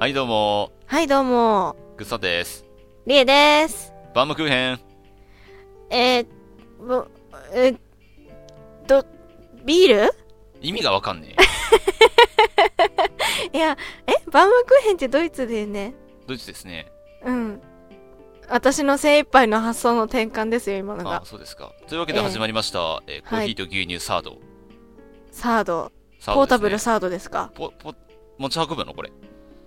はい、どうも、はい、どうも。ぐっさんです。りえです。バームクーヘン。えー、ぼ、えー、ど、ビール意味がわかんね いや、え、バウムクーヘンってドイツだよね。え。ドイツですね。うん。私の精一杯の発想の転換ですよ、今のあが、。そうですか。というわけでええ始まりました。えーコーヒーと牛乳サード。サード。サードですねポータブルサードですか。ポ、ポ、持ち運ぶのこれ。い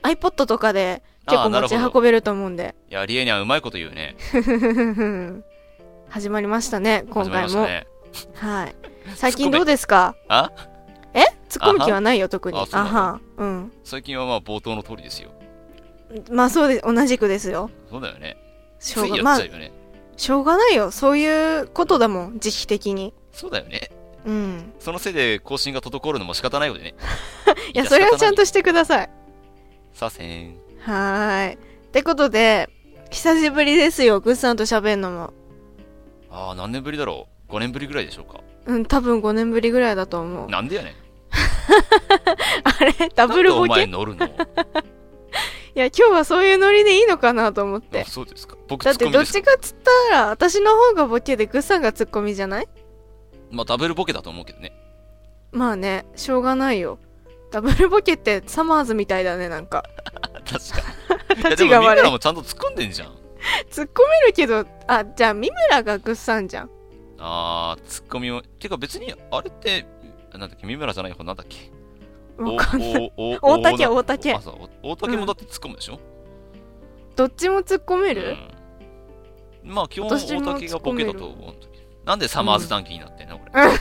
iPod とかで結あー構なる持ほちど運べると思うんで。 や、リエにはうまいこと言うね。始まりましたね、今始まり回ましたも。ね。はい。最近どうですかあえ突っ込む気はないよ、特に。あそうなあのはん。うん。最近はまあ冒頭の通りですよ。まあそうです。同じくですよ。そうだよね。しつょういが、やまっあちゃう、よね。しょうがないよ。そういうことだもん、時期的に。そうだよね。うん。そのせいで更新が滞るのも仕方ないよね。 いや、それはちゃんと。としてください。させん。はーい。ってことで、久しぶりですよ、グッさんと喋んのも。ああ、何年ぶりだろう。5年ぶりぐらいでしょうか。うん、多分5年ぶりぐらいだと思う。なんでやねん。 あれダブルなんボでおケ前い乗 るのや、今日はそういうノリでいいのかなと思ってあ。そうですか。僕ツだっッコてミどでっすち。かっつったら、私の方がボケでグッさんがツッコミじゃないまあダブルボケだと思うけどね。まあね、しょうがないよ。ダブルボケってサマーズみたいだね、なんか。確か に。立ちがいやでも三悪い村もちゃんと突っ込んでんじゃん。突っ込めるけど、あ、じゃあ、三村がグッさんじゃん。あー、突っ込みを。てか別に、あれって、なんだっけ、三村じゃない方なんだっけ。わかんない。おおお 大竹お大竹あそう大竹もだって突っ込むでしょ、どっちも突っ込めうる、んまあ基本大私も竹がボケだと思うんだけど。なんでサマーズ談義になってんのこれ。い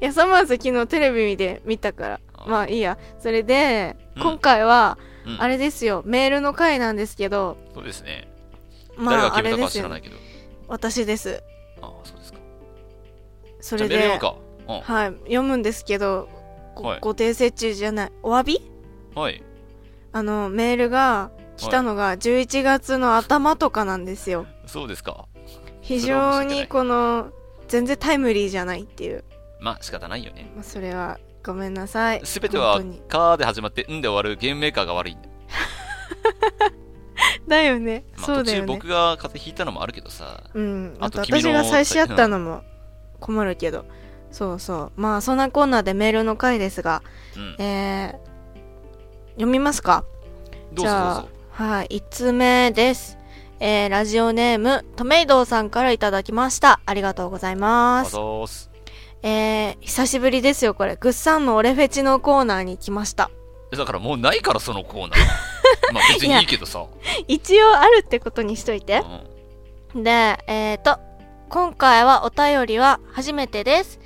や、サマーズ昨日テレビで見たから。あまあいいや。それで、うん今回は、うんあれですよ、メールの回なんですけど、そうですね。誰まがあ、あ決めたかれではす知らよ、ないけど。私です。ああ、そうですか。そじゃれあメールで、読むか。はい、読むんですけど、ご,、はい訂正中じゃない、お詫びうん。はい。あの、メールが来たのが11月の頭とかなんですよ。そうですか。非それは常申し訳ないにこの、全然タイムリーじゃないっていう。まあ仕方ないよね。まあ、それは、ごめんなさい。すべては本当に、カーで始まって、んで終わるゲームメーカーが悪いんだよ。だよね。まあそう途だよ中ね。僕が風邪ひいたのもあるけどさ。うん、ああとと君私のが最初やったのも困るけど、そうそうまあそんなコーナーでメールの回ですがうん。えー、読みますかどうぞじどゃうあぞ。はい1つ目ですえー、ラジオネームトメイドーさんからいただきましたありがとうございまあすざーす。えー、久しぶりですよこれグッさんのオレフェチのコーナーに来ましたえだからもうないからそのコーナー まあ別にいいけどさ、一応あるってことにしといてうんで、えっ、と、今回はお便りは初めてです。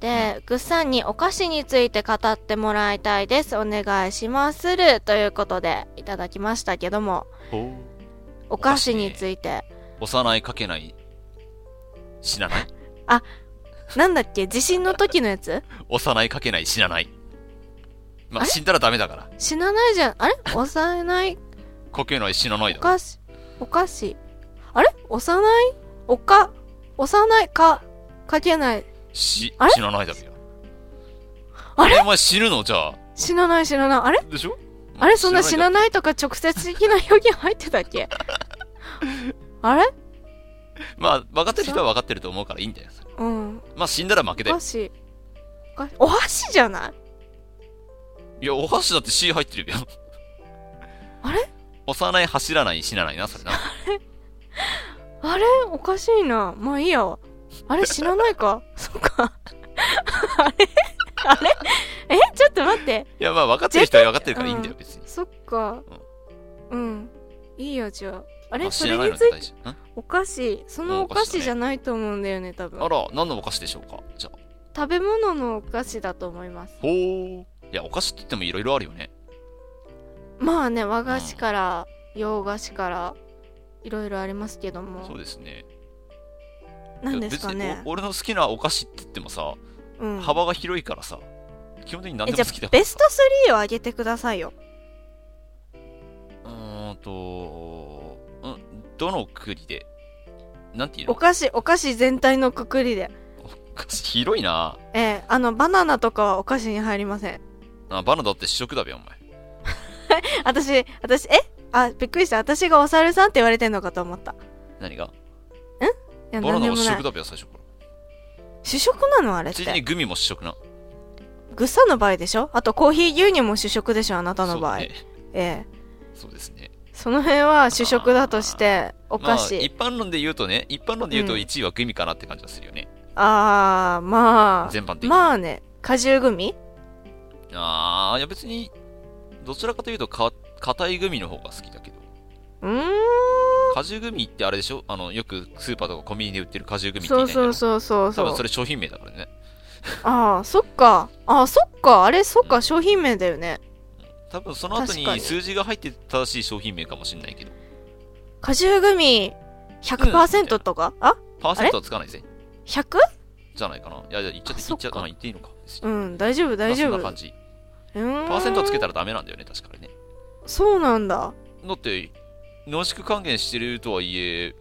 で、ぐっさんにお菓子について語ってもらいたいです。お願いしまする。ということで、いただきましたけども、ほお菓子について。う幼いかけない死なないなんだっけ地震の時のやつ幼いかけない死なないまああれ死んだらダメだから死なないじゃん。あれ幼いかけない死なないおだろ菓子、お菓子。あれ幼いおか、幼いか、かけない。死あれ死なないだろよあれえお前死ぬのじゃあ死なない死なない。あれでしょあれそんな死ないないとか直接的な表現入ってたっ けあれだろまあ分かってる人は分かってると思うからいいんだよそれうん。まあ死んだら負けおで菓子。お菓子お箸じゃないいやお箸だって死入ってるよあれ幼い走らない死なないなそ れなあれおかしいな。まあいいや。あれ死なないか そっか。あれあれえちょっと待って。いやまあ分かってる人は分かってるからいいんだよ別にそっか。うん。いいよ、じゃあ。あまれあそ死なないれにのつがいて、大事んお菓子。そのお菓子じゃないと思うんだよね、多分あ。ら、何のお菓子でしょうかじゃあ。食べ物のお菓子だと思います。ほー。いや、お菓子って言ってもいろいろあるよね。まあね、和菓子から、洋菓子から、いろいろありますけどそうも。ですね。何ですかいや別ねに。お俺の好きなお菓子って言ってもさ、うん。幅が広いからさ、基本的に何えでもじゃ好きだあからベスト3を上げてくださいようーんと、うん、どの国で、なんていうおの菓子お菓子全体のくくりでお菓子広いなええあのバナナとかはお菓子に入りませんあバナナだって主食だべ、お前。私、私、えあ、びっくりした。私がお猿さんって言われてんのかと思った。い何がや、バナ何でナはも主な食い。だべや、最初から。主食なのあれっついでにて。グミも主食な。ぐっさんの場合でしょあとコーヒー牛乳も主食でしょあなたの場合。そうねええ。そうですね。その辺は主食だとして、おまあ菓、子。一般論で言うとね、一般論で言ううとん1位はグミかなって感じがするよね。あー、まあ。全般的に。まあね。果汁グミあー、いや別に、どちらかというとか、硬いグミの方が好きだけど。うーん。果汁グミってあれでしょあの、よくスーパーとかコンビニで売ってる果汁グミってそ言いうたいんだそろうそうそうそ。多分そうれ商品名だからね。ああ、そっか。ああ、そっか。あれ、そっか。商品名だよね。多分その後確かにに数字が入って正しい商品名かもしれないけど。果汁グミ100%とか、あパーセントはつかないぜ。 100? じゃないかな。いやいや、言っちゃって、あ言そっっちゃかった。言っていいのか。別にうん、大丈夫、大丈まあそ夫。んな感じ。パパーセントはつけたららダメなんだよね、確かにね。そうなんだ。だって、濃縮還元してるとはいえ、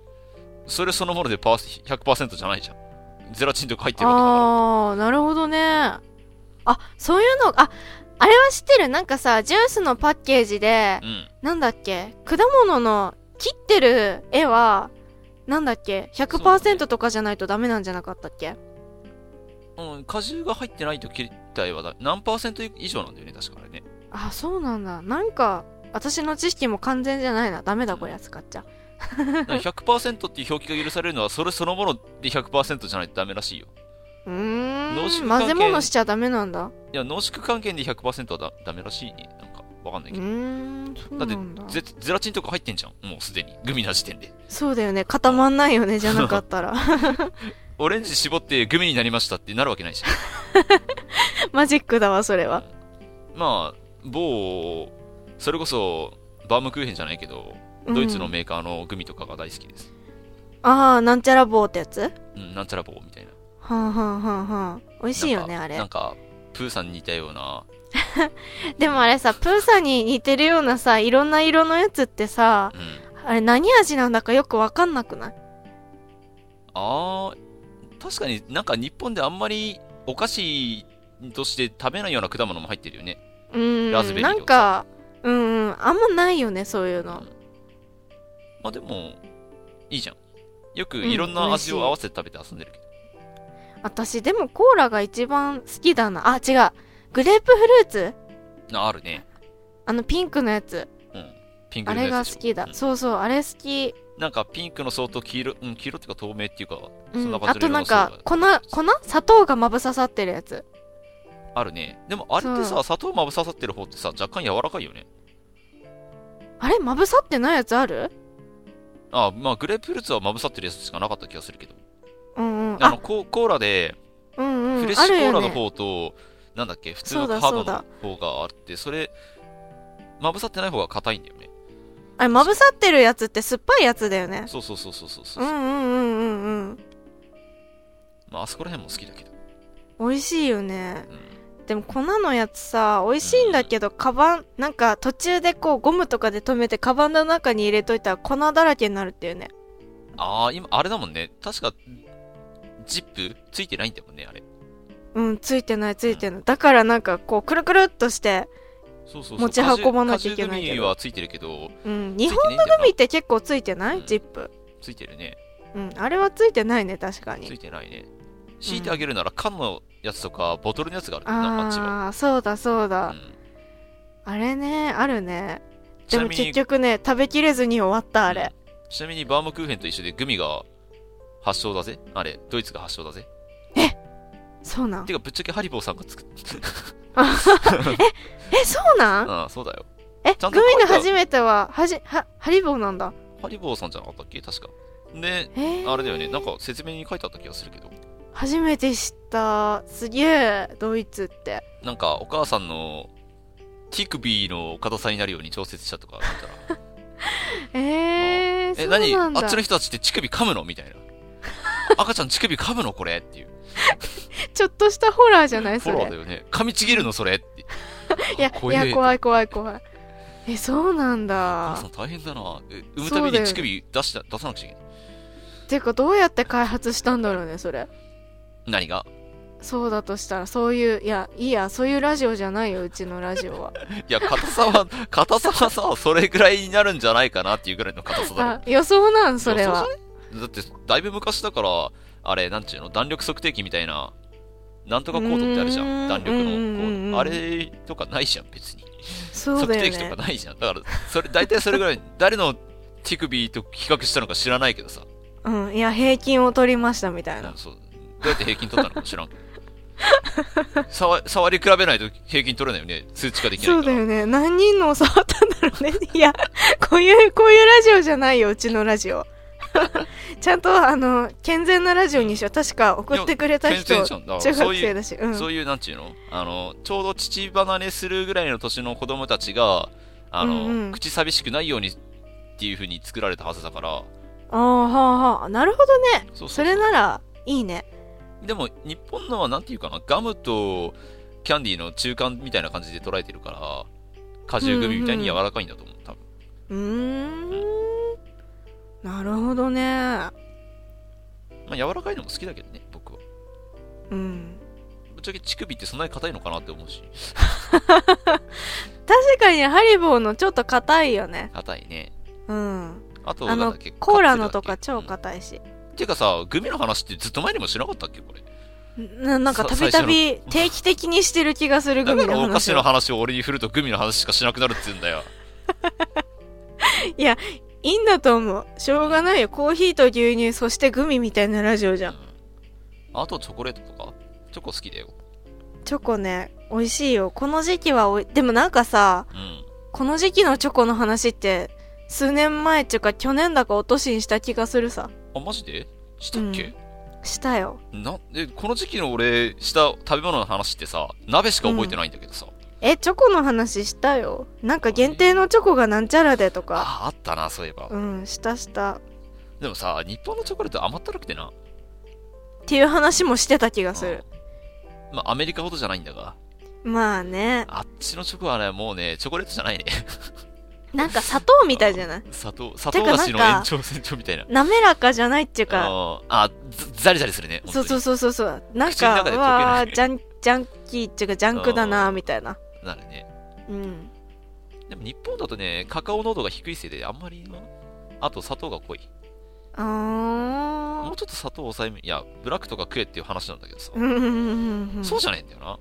それそのものでパーセ100%じゃないじゃん。ゼラチンとか入ってるわけだかあー、なるほどね。あ、そういうの、あ、あれは知ってる。なんかさ、ジュースのパッケージでら。、うん。なんだっけ、果物の切ってる絵は、なんだっけ、そうだね100%とかじゃないとダメなんじゃなかったっけうん、果汁が入ってないと切たいはだ何パーセント以上なんだよね、確かあ れね。あ、そうなんだ。なんか、私の知識も完全じゃないな。ダメだ、これ、使っちゃ。だから100%っていう表記が許されるのは、それそのもので100%じゃないとダメらしいよ。う濃ー縮ん、還元混ぜ物しちゃダメなんだ。いや、濃縮還元で100%はだダメらしいね。なんか、わかんなういけど。ーん、そうなんだ。ゼゼラチンとか入ってんじゃん。もうすでに。グミな時点で。そうだよね。固まんないよ ね、じゃなかったら。 オレンジ絞ってグミになりましたってなるわけないじゃん。マジックだわ、それは。まあ、某、それこそ、バームクーヘンじゃないけど、ドイツのうんメーカーのグミとかが大好きです。ああ、なんちゃら棒ってやつはうん、なんちゃら棒みたいな。あ、はあはあはあ、美味しいよね、なあんかれなん。か、プーさんに似たような、でもあれさ、プーさんに似てるようなさ、いろんな色のやつってさ、うん。あれ何味なんだかよくわかんなくないあー、確かになんか日本であんまりお菓子として食べないような果物も入ってるよね。うーん。ラズベリーとかなんか、うんうん、あんまないよね、そういうの。まあでも、いいじゃん。よくうんいろんな味を合わせて食べて遊んでるけど。私、でもコーラが一番好きだな。あ、違う。グレープフルーツなあるね。あのピンクのやつ。うん。ピンクあ色のれやがつ好でしょきだう。んそうそう、あれ好き。なんかピンクの相当黄色、うん、黄色っていうか透明っていうか、うそんんな。感あじのと色なのんか、粉、粉砂糖がまぶささってるやつ。あるね。でもあれってそさ、う砂糖まぶささってる方ってさ、若干柔らかいよね。あれまぶさってないやつあるああまあグレープフルーツはまぶさってるやつしかなかった気がするけど。うんうん。ああの、ココーラで、うんうん、フレッシあュコるーよラねの方と、なんだっけ、普通そのうだハードそうだの方があって、それ、まぶさってない方が硬いんだよね。あれまぶさってるやつって酸っぱいやつだよねそうそうそうそうそうそうう。んうんうんうんうんまあ、あそこら辺も好きだけど。美味しいよねうんでも粉のやつさ美味しいんだけどカバンなんか途中でこうゴムとかで止めてカバンの中に入れといたら粉だらけになるっていうねああ、今、あれだもんね。確か、ジップついてないんだもんね、あれ。うんついてないついてないだからなんかこうくるくるっとしてそうそうそう。持ち運ばなきゃいけない果汁果汁グけどミはついてるけど、うん日本本のグミって結構ついてなういんジップついてるね。うんあれはついてないね確かつにいてないね。敷いてあげるなら、缶のやつとか、ボトルのやつがあるんだな、あっちは。ああそうだそうだ、うんあれねあるねちでなもみに結局ね食べきれずに終わったあれ、うんちなみに、バームクーヘンと一緒でグミが発祥だぜ。あれ、ドイツが発祥だぜ。そうなんてか、ぶっちゃけハリボーさんが 作ってえ、そうなんあそうだよ。え、ちゃんとグミ書いてのある初めては、はじ、は、ハリボーなんだ。ハリボーさんじゃなかったっけ確か。で、えー、あれだよね。なんか説明に書いてあった気がするけど。初めて知った。すげえ、ドイツって。なんか、お母さんの、手首の硬さになるように調節したとか書いたら えー、え、そう何なんだ。あっちの人たちって乳首噛むのみたいな。赤ちゃん乳首噛むのこれっていう。ちょっとしたホラーじゃないフそォローだれ。よね。噛みちぎるのそれって。いや、怖いえや、怖い怖い怖い。え、そうなんお母ださ。ん大変だな。え産むそたうだびよねに乳首出した、出さなくちゃいけない。てか、どうやって開発したんだろうね、それ。何がそうだとしたらそういういやいいやそういうラジオじゃないようちのラ ジオはいや、硬さは、 硬さはさ、それぐらいになるんじゃないかなっていうぐらいの硬さだろあ予想なんそれはだって、だいぶ昔だから、あれ、なんちゅうの、弾力測定器みたいな、なんとかコードってあるじゃ。うんん弾力うんうんうんうのんこう、あれとかないじゃん、別に。そう測だ定よ器とねかないじゃん。だから、それ、大体それぐらい、誰の手首と比較したのか知らないけどさ。うんいや平均を取りましたみたいなうんそうどうやって平均取ったのか知らんけ ど。触触り比べないと平均取れないよね。数値化できないかそら。うだよね何人のを触ったんだろうね いやこういうこういうラジオじゃないようちのラジオ ちゃんとあの健全なラジオにしよう確か送ってくれた健人全じ中ゃん。だから、そう学いう生だしうんそういう、なんちゅうのあの、ちょうど父離れするぐらいの年の子供たちが、あの、うんうん口寂しくないようにっていう風に作られたはずだから、ああはあはあなるほどねそうそうそれならいいねでも、日本のはなんていうかな、ガムとキャンディーの中間みたいな感じで捉えてるから、果汁グミみたいに柔らかいんだと思う、多分。うーんなるほどねまあ、柔らかいのも好きだけどね、僕は。うんぶっちゃけ乳首ってそんなに硬いのかなって思うし。確かにハリボーのちょっと硬いよね硬いね。うんあと、あなんのだっけコーラのとカかプセ超ルだっ硬いし、けうんていうかさ、グミの話ってずっと前にもしなかったっけこれ。ななんかたびたび定期的にしてる気がするだグかミらのお菓話子をの話を俺に振るとグミの話しかしなくなるって言うんだよ。いいんだと思うしょうがないよコーヒーと牛乳そしてグミみたいなラジオじゃんあとチョコレートとかチョコ好きだよ。チョコね美味しいよこの時期はおいでもなんかさうん。この時期のチョコの話って数年前っていうか去年だかお年にした気がするさあ、マジでしたっけ、したよな、え、この時期の俺、した食べ物の話ってさ、鍋しか覚えてないんだけどさ。えチョコの話したよなんか限定のチョコがなんちゃらでとかああ、あったな、そういえば。うんしたしたでもさ、日本のチョコレート甘ったるくてな。っていう話もしてた気がするうんまあ、アメリカほどじゃないんだが、まあねあっちのチョコはね、もうね、チョコレートじゃないね。 なんか砂糖みたいじゃない砂糖、砂糖てか菓子のなん延か長線上みたいな。滑らかじゃないっていうあかのあ、ざザリザリするね。そうそううそうそうそうなん口のか中で溶けないうわージャンジャンキーっていうかジャンクだなーみたいなそう。なるね。うんでも日本だとね、カカオ濃度が低いせいであんまりな、あと砂糖が濃い。もあうちょっと砂糖抑えめ、いや、ブラックとか食えっていう話なんだけどさ、ーうんうんうんうんそうじゃないんだよな。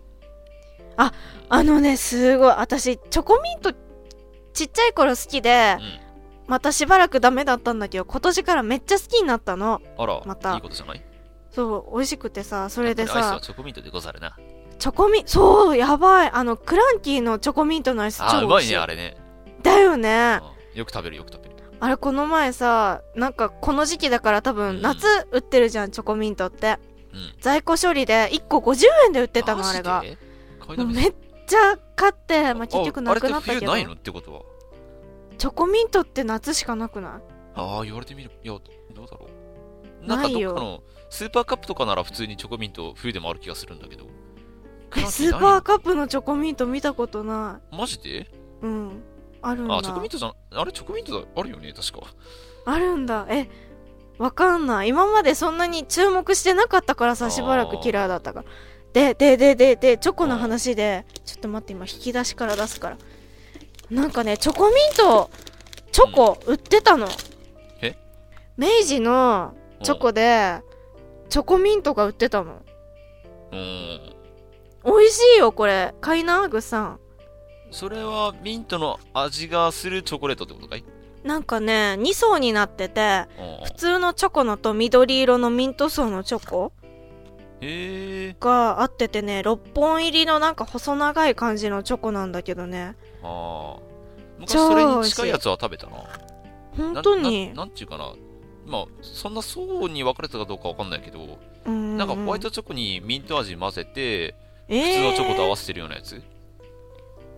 あのねすごい私チョコミントちっちゃい頃好きでうん。またしばらくダメだったんだけど今年からめっちゃ好きになったのあら、またいいことじゃないそう美味しくてさそそれでアイスはさチョコミントでござるな。チョコミンそうやばいあのクランキーのチョコミントのアイスあー、超う美ま味いしいね、あれね。だよねうんよく食べる、よく食べる。あれこの前さなんかこの時期だからう多ん分夏売ってるじゃんチョコミントってうん。在庫処理で1個50円で売ってたのあれがマジで。買いだもうめめっちゃ買って、まあ、結局なくなあっあたれって冬けどないのってことは。チョコミントって夏しかなくないああ、言われてみる。いや、どうだろう。なんかないどっよかの、スーパーカップとかなら普通にチョコミント冬でもある気がするんだけど。クえランキスーーないパーカップのチョコミント見たことなマジでいうんあるんだあ、チョコミントじゃん。あれ、チョコミントだあるよね、確か。あるんだえわかんない今までそんなに注目してなかったからあーさしばらくキラーだったからでででででチョコの話でちょっと待って今引き出しから出すからなんかねチョコミントチョコ売ってたの、え明治のチョコでチョコミントが売ってたのうん。美味しいよこれ買いなグッさんそれはミントの味がするチョコレートってことかいなんかね2層になっててうん普通のチョコのと緑色のミント層のチョコへえ。があっててね6本入りのなんか細長い感じのチョコなんだけどねああ。昔超それに近いやつは食べたな。本な当なになんていうかな。まあ、そんな層に分かれてたかどうかわかんないけど、ななんかホワイトチョコにミント味混ぜて、普普通のチョコと合わせせてるようなやつ。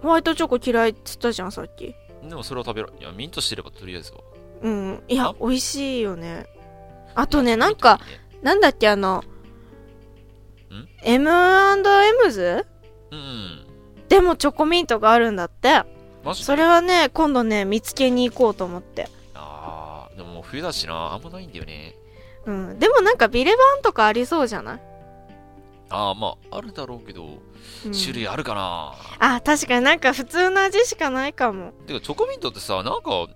ホワイトチョコ嫌いっつったじゃんさっきでもそれを食べる。いや、ミントしてればとりあえずは。うんいあや美味しいよねああとねなんか、なんだっけあの M&M ズうん。でもチョコミントがあるんだってマジでそれはね今度ね見つけに行こうと思ってああ、でももう冬だしな、あんまないんだよね。うんでもなんかビレバンとかありそうじゃないああ、まあ、あるだろうけど、うん種類あるかな。あ確かになんか普通の味しかないかもてか、チョコミントってさ、なんか、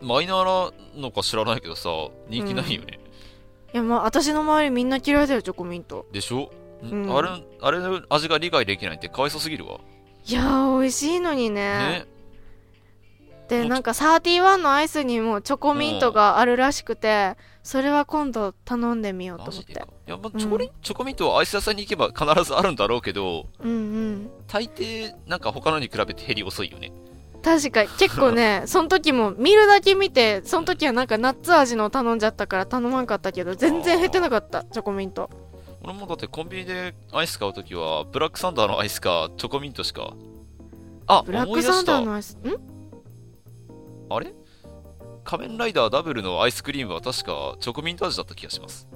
マイナーなのか知らないけどさ、人気ないよね。いやまあ私の周りみんな嫌いだよチョコミントでしょ、うんあれ、あれの味が理解できないってかわいそうすぎるわ。いやー美味しいのにねね。でなんかサーティワンのアイスにもチョコミントがあるらしくてそれは今度頼んでみようとマ思っジでてか。いや、まあ、チョコリ、チョコミントはアイス屋さんに行けば必ずあるんだろうけど、うんうん大抵、なんか他のに比べて減り遅いよね。確かに結 構ねその時も見るだけ見てその時はなんかナッツ味の頼んじゃったから頼まんかったけど全然減ってなかったチョコミント俺もだってコンビニでアイス買うときは、ブラックサンダーのアイスか、チョコミントしか。あ、ブラッ思クい出サンしダーた。のアイスんあれ仮面ライダーダブルのアイスクリームは確かチョコミント味だった気がします。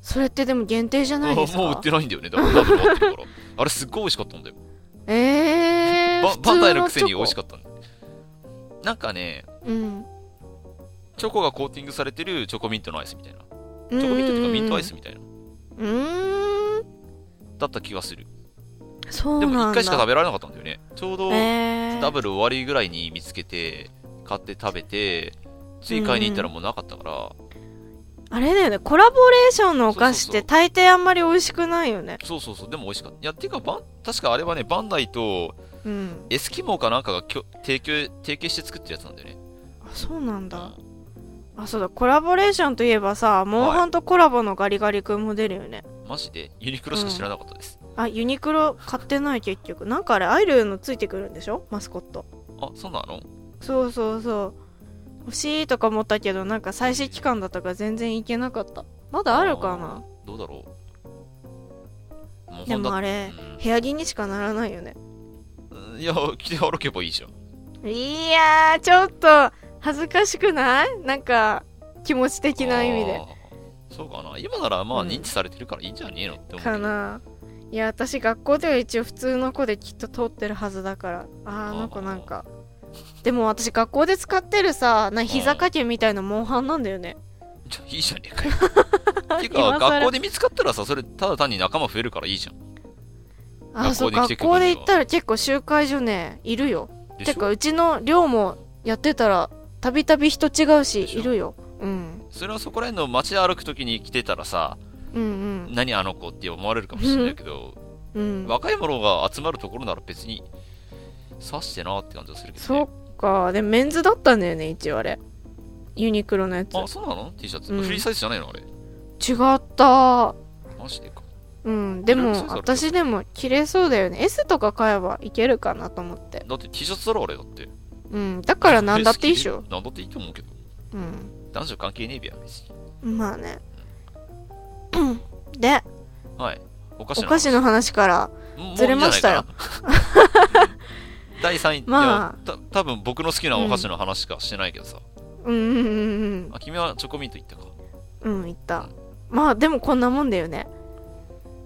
それってでも限定じゃな いですもう売っかてないんだよね。だからダブル持ってるから。あれすっごい美味しかったんだ よ。えー、ババンダイのくせに美味しかっかったんだよなんかね、たうんチョコがコーティングされてるチョコミントのアイスみたいな。チョコミントっていうかミントアイスみたいな。うんうんうんうーんだった気がする。そうでなんだも一回しか食べられなかったんだよね。ちょうどえー、ダブル終わりぐらいに見つけて、買って食べて、追加に行ったらもうなかったから、あれだよねコラボレーションのお菓子っそうそうてそう大抵あんまり美味しくないよねそうそうそう、でも美味しかった。いや、っていうか、バン確かあれはね、バンダイとうんエスキモーかなんかがきょ提供提携して作ってるやつなんだよね。あそうなんだあそうだコラボレーションといえばさモンハンとコラボのガリガリ君も出るよね、マジでユニクロしか知らなかったです。あユニクロ買ってない結局なんかあれアイルのついてくるんでしょマスコットあ、そうなのそうそうそう欲しいとか思ったけどなんか最新期間だったから全然行けなかったまだあるかなーどうだろうもうでもあうれ部屋着にしかならないよねん、いや、着て歩けばいいじゃん。いやーちょっと恥ずかしくないなんか気持ち的な意味であー。そうかな。今ならまあうん認知されてるからいいんじゃねえのって思うけど。かないや私学校では一応普通の子できっと通ってるはずだからあーあの子なんかでも私学校で使ってるさな膝掛けみたいなモンハンなんだよねじゃあいいじゃねえ かよ。ていうか、今更学校で見つかったらさ、それただ単に仲間増えるからいいじゃん。あーそう学校で来て学くる校んだで行ったら結構集会所ねいるよでてしょかうちの寮もやってたらたびたび人違うでししょいるよ、うん、それはそこら辺の街で歩くときに来てたらさ、うんうん何あの子って思われるかもしれないけど、うん若い者が集まるところなら別に刺してなって感じがするけどそねっかでメンズだったんだよね一応あれユニクロのやつあそうなの T シャツ、うんフリーサイズじゃないのあれ違ったマジでかうんでリもラックスされてる私でも着れそうだよね S とか買えばいけるかなと思ってだって T シャツだろあれだってうんだから何だっていいっしょ何だっていいと思うけどうん男女関係ねえべや別にまあねうんではいおかしおな菓子の話からもうずれましたいよいんじゃないかな 第3位、まいやた多分僕の好きなお菓子の話しかしてないけどさ、うんうんうんあ君はチョコミント言ったかうんうんいったまあでもこんなもんだよね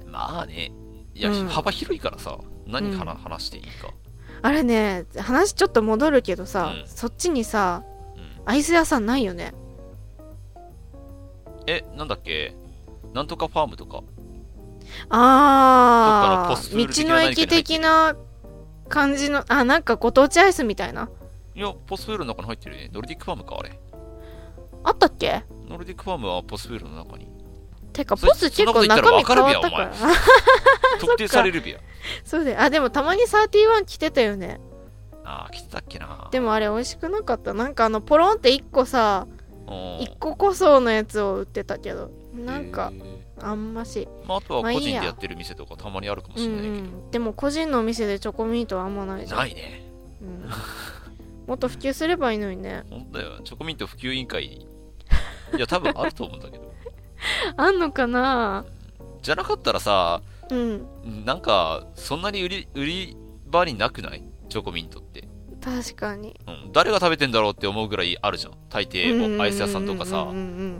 まあねいや、うん幅広いからさ何からうん話していいか、あれね話ちょっと戻るけどさ、うんそっちにさうんアイス屋さんないよねえなんだっけなんとかファームとかどっかのあポスープール的な道の何かに入駅ってる的な感じのあなんかご当地アイスみたいないやポスプールの中に入ってるねノルディックファームかあれあったっけノルディックファームはポスプールの中 にてかそポス結構中身変わったそんなこと言ったら分かかるら特定されるべや そうだよあでもたまに31着てたよねああ来てたっけなでもあれ美味しくなかったなんかあのポロンって1個さうん1個個装のやつを売ってたけどなんかへーあんましまあ、あとはまあいい個や人でやってる店とかたまにあるかもうんしれうないけど、んでも個人のお店でチョコミントはあんまないじゃんないねうんもっと普及すればいいの にね本当だよチョコミント普及委員会いや多分あると思うんだけどあんのかなじゃなかったらさうんなんかそんなに売り売り場になくないチョコミントって、確かにうん、誰が食べてんだろうって思うぐらいあるじゃん大抵おアイス屋さんとかさ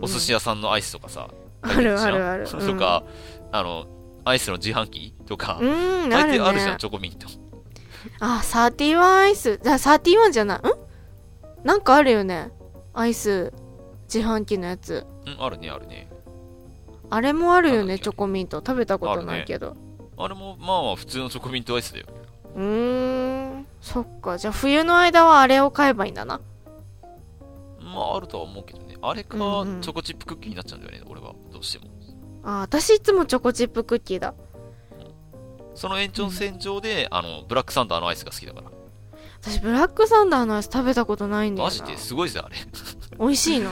お寿司屋屋さんのアイスとかさあるあるあるそうとか、あの、アイスの自販機とか、うんうんあ大るね抵あるじゃん、チョコミント。あ、サーティワンアイス。じゃあ、サーティワンじゃない。んなんかあるよね。アイス、自販機のやつ。うん、あるね、あるね。あれもあるよなんだねっけチョコミント食べたことないけど、あれもまあまあ普通のチョコミントアイスだようーんそっかじゃあ冬の間はあれを買えばいいんだなまああるとは思うけどねあれかチうんうんョコチップクッキーになっちゃうんだよね俺はどうしてもあ私いつもチョコチップクッキーだその延長線上で、あのブラックサンダーのアイスが好きだから私ブラックサンダーのアイス食べたことないんだよマなジですごいぜあれ い美味しいのや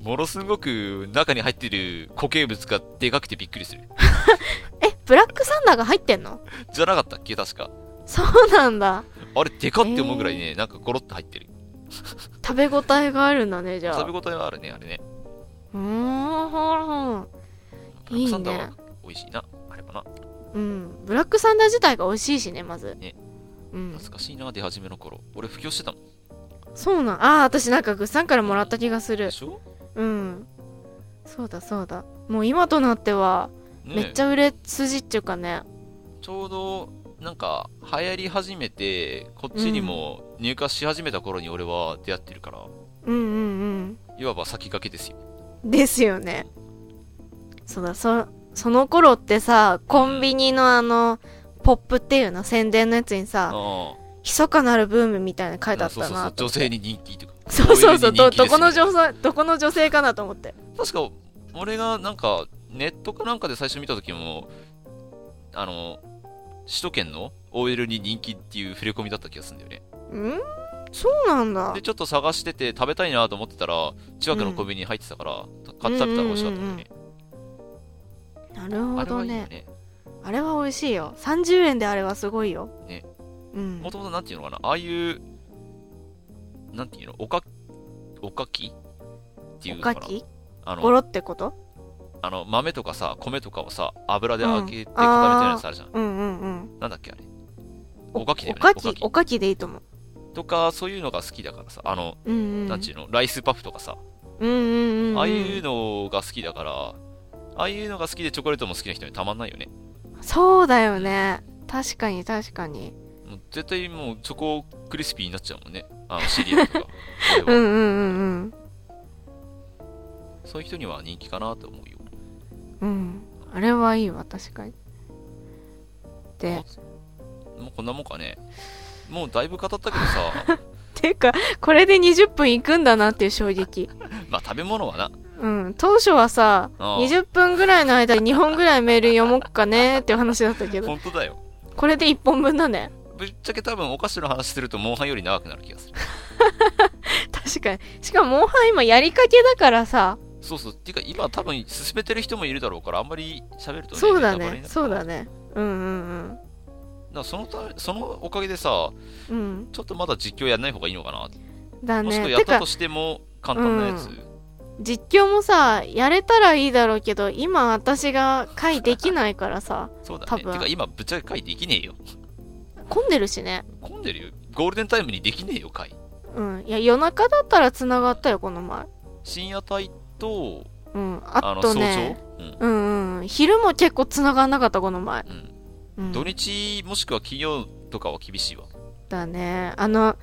ものすごく中に入ってる固形物がでかくてびっくりするえブラックサンダーが入ってんのじゃなかったっけ確かそうなんだあれでかって思うぐらいね、なんかゴロッと入ってる食べ応えがあるんだねじゃあ食べ応えはあるねあれねうーんブラックサンダーいいはね美味しいなあれかなうんブラックサンダー自体が美味しいしねまずねうん、懐かしいな出始めの頃俺布教してたもんそうなんああ私なんかグッさんからもらった気がするでしょ、うんそうだそうだもう今となってはねえめっちゃ売れ筋っていうかねちょうどなんか流行り始めてこっちにも入荷し始めた頃に俺は出会ってるから、うんうんいわば先駆けですようんですよねそうだそその頃ってさコンビニのあのポップっていうの宣伝のやつにあさあ「密かなるブーム」みたいなの書いてあっそうたそうそうな女性に人気とかそうそうそうこどいの人気ですよどこの女性どこの女性かなと思って確か俺がなんかネットかなんかで最初見た時もあの首都圏の OL に人気っていう触れ込みだった気がするんだよねうんそうなんだでちょっと探してて食べたいなと思ってたら近くのコンビニに入ってたから、買って食べたら美味しかったんだよね、なるほあれはどいいよねねあれは美味しいよ30円であれはすごいよねうんもともとなんていうのかな、ああいう、なんていうの、おか、おかきっていうおのかかな。きあゴの、ロってことあの豆とかさ、米とかをさ、油でうん揚げて固めてるやつあるじゃん。うんうんうんなんだっけあれ。おおかきだよねおかおかききおかきでいいと思うとか、そういうのが好きだからさ、あの、うんうんなんちゅうの、ライスパフとかさ、うんうんうんんああいうのが好きだから、ああいうのが好きでチョコレートも好きな人にたまんないよね。そうだよね確かに確かにもう絶対もうチョコクリスピーになっちゃうもんね。あの、シリアル とか。う俺んはうんうんそういう人には人気かなと思うよ。うんうんあれはいいわ確かにでもうこんなもんかね。もうだいぶ語ったけど さ、ていうかこれで20分いくんだなっていう衝撃まあ食べ物はな、うん当初はさああ20分ぐらいの間に2本ぐらいメール読もうかねっていう話だったけど本当だよ。これで1本分だねぶっちゃけ多分お菓子の話するとモンハンより長くなる気がする。確かにしかもモンハン今やりかけだからさそうそう。っていうか今多分進めてる人もいるだろうからあんまり喋るとね、そうだネタバレになるからねそうだ。ねうんうんだからそのたそのおかげでさ、うんうんちょっとまだ実況やらない方がいいのかな。だもしくはねやってたかとしても簡単なやつ。う実況もさやれたらいいだろうけど今私が回できないからさそうだ多ね。分てか今ぶっちゃけ回できねえよ。混んでるしね混んでるよ。ゴールデンタイムにできねえよ、回。うんいや夜中だったらつながったよこの前深夜帯と、うんああの、と早ね朝。うん。うんうん昼も結構つながんなかったこの前、うんうん、土日もしくは金曜とかは厳しいわだねあの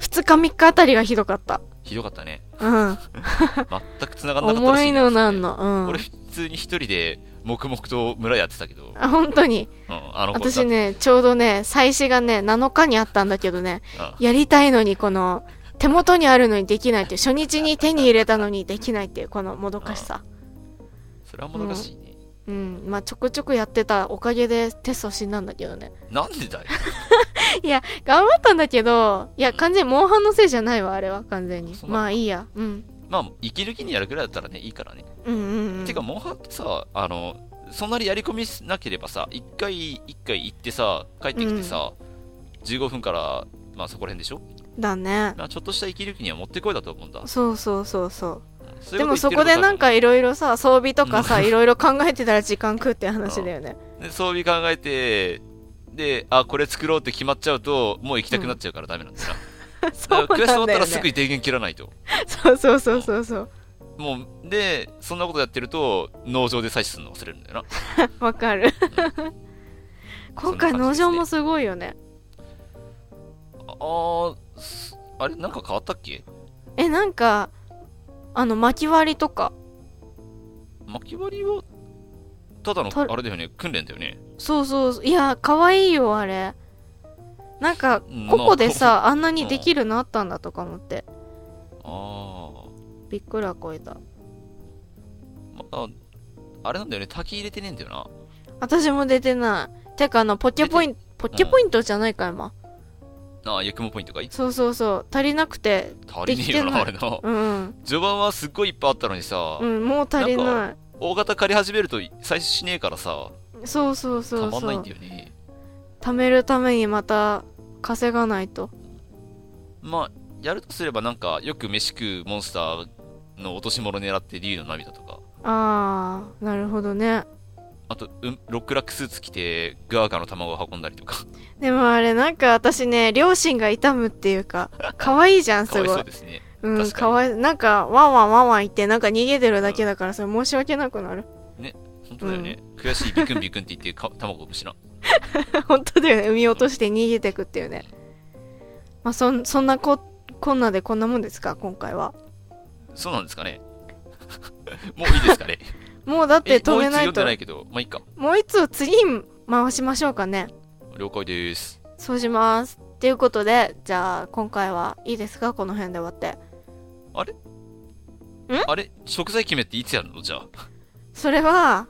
2日3日あたりがひどかったひどかった ねうん全く繋がんなかったら重しいいのななんのう俺ん普通に一人で黙々と村やってたけど、うん、あ本当にあの子私ねちょうどね祭祀がね7日にあったんだけどねあやりたいのにこの手元にあるのにできないっていう初日に手に入れたのにできないっていうこのもどかしさそれはもどかしいね、うんまあちょこちょこやってたおかげでテスト死んだんだけどねなんでだよ頑張ったんだけどいや完全にモンハンのせいじゃないわあれは完全にそうなのまあいいやうんまあ息抜きにやるくらいだったらねいいからね、うんうんうんてかモンハンってさあのそんなにやり込みしなければさ一回一回行ってさ帰ってきてさ、15分からまあそこら辺でしょ、だねまあ、ちょっとした息抜きにはもってこいだと思うんだそうそうそうそうそういでうと言もってそるこでなんとかいろいろさ装備とかさうんいろいろ考えてたら時間食うって話だよねさで装備考えてであこれ作ろうって決まっちゃうともう行きたくなっちゃうからダメなんですよ、だ そかうらクエスト終なわんっだたよらすぐねに電源切らないと。そうそうそうそうそうもう、で、そんなことやってると、農場で採取するの忘れるんだよな。わ かる今回農場もすごいよねああー、すあれなんか変わったっけえなんかあの薪割りとか巻き割りは、ただの、とあれだよね、訓練だよね。そうそうそういや可愛いよあれなんかうんここでまさあんなにできるようになったんだとか思ってああ。びっくらこいたまあ、あれなんだよね、滝入れてねえんだよな。私も出てないてかあのポケポイントポケポイントじゃないか今、ああ、役もポイントがいつそうそうそう足りなくて足りねえよな、あでれな。うん序盤はすっごいいっぱいあったのにさ、うんもう足りなな大型借り始めると最初しねえからさ、いそうそうたそうまんそないんうだよね。貯めるためにまた稼がないとまあ、やるとすればなんか、よく飯食うモンスターの落とし物狙って竜の涙とか、ああなるほどねあと、うん、ロックラックスーツ着てガーガーの卵を運んだりとか、でもあれなんか私ね両親が痛むっていうか可愛いじゃんすかごわいいそうですね。う確んかにかわいなんかワンワンワンワン言ってなんか逃げてるだけだからそれ申し訳なくなる 本当だよね。悔しいビクンビクンって言ってか卵をむし らん。本当だよね産み落として逃げてくっていうねまあそんそんなここんなでこんなもんですか今回はそうなんですかね。 もういいですか ね。もうだってえ止もうめ一つな読いんでとないけど、まあいいか。もう一つを次に回しましょうかね了解です。そうしますということでじゃあ今回はいいですかこの辺で終わってあれ食材決めっていつやるのじゃあ。それは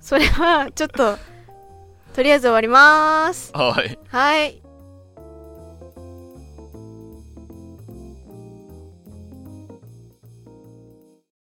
それはちょっととりあえず終わりますはい。はい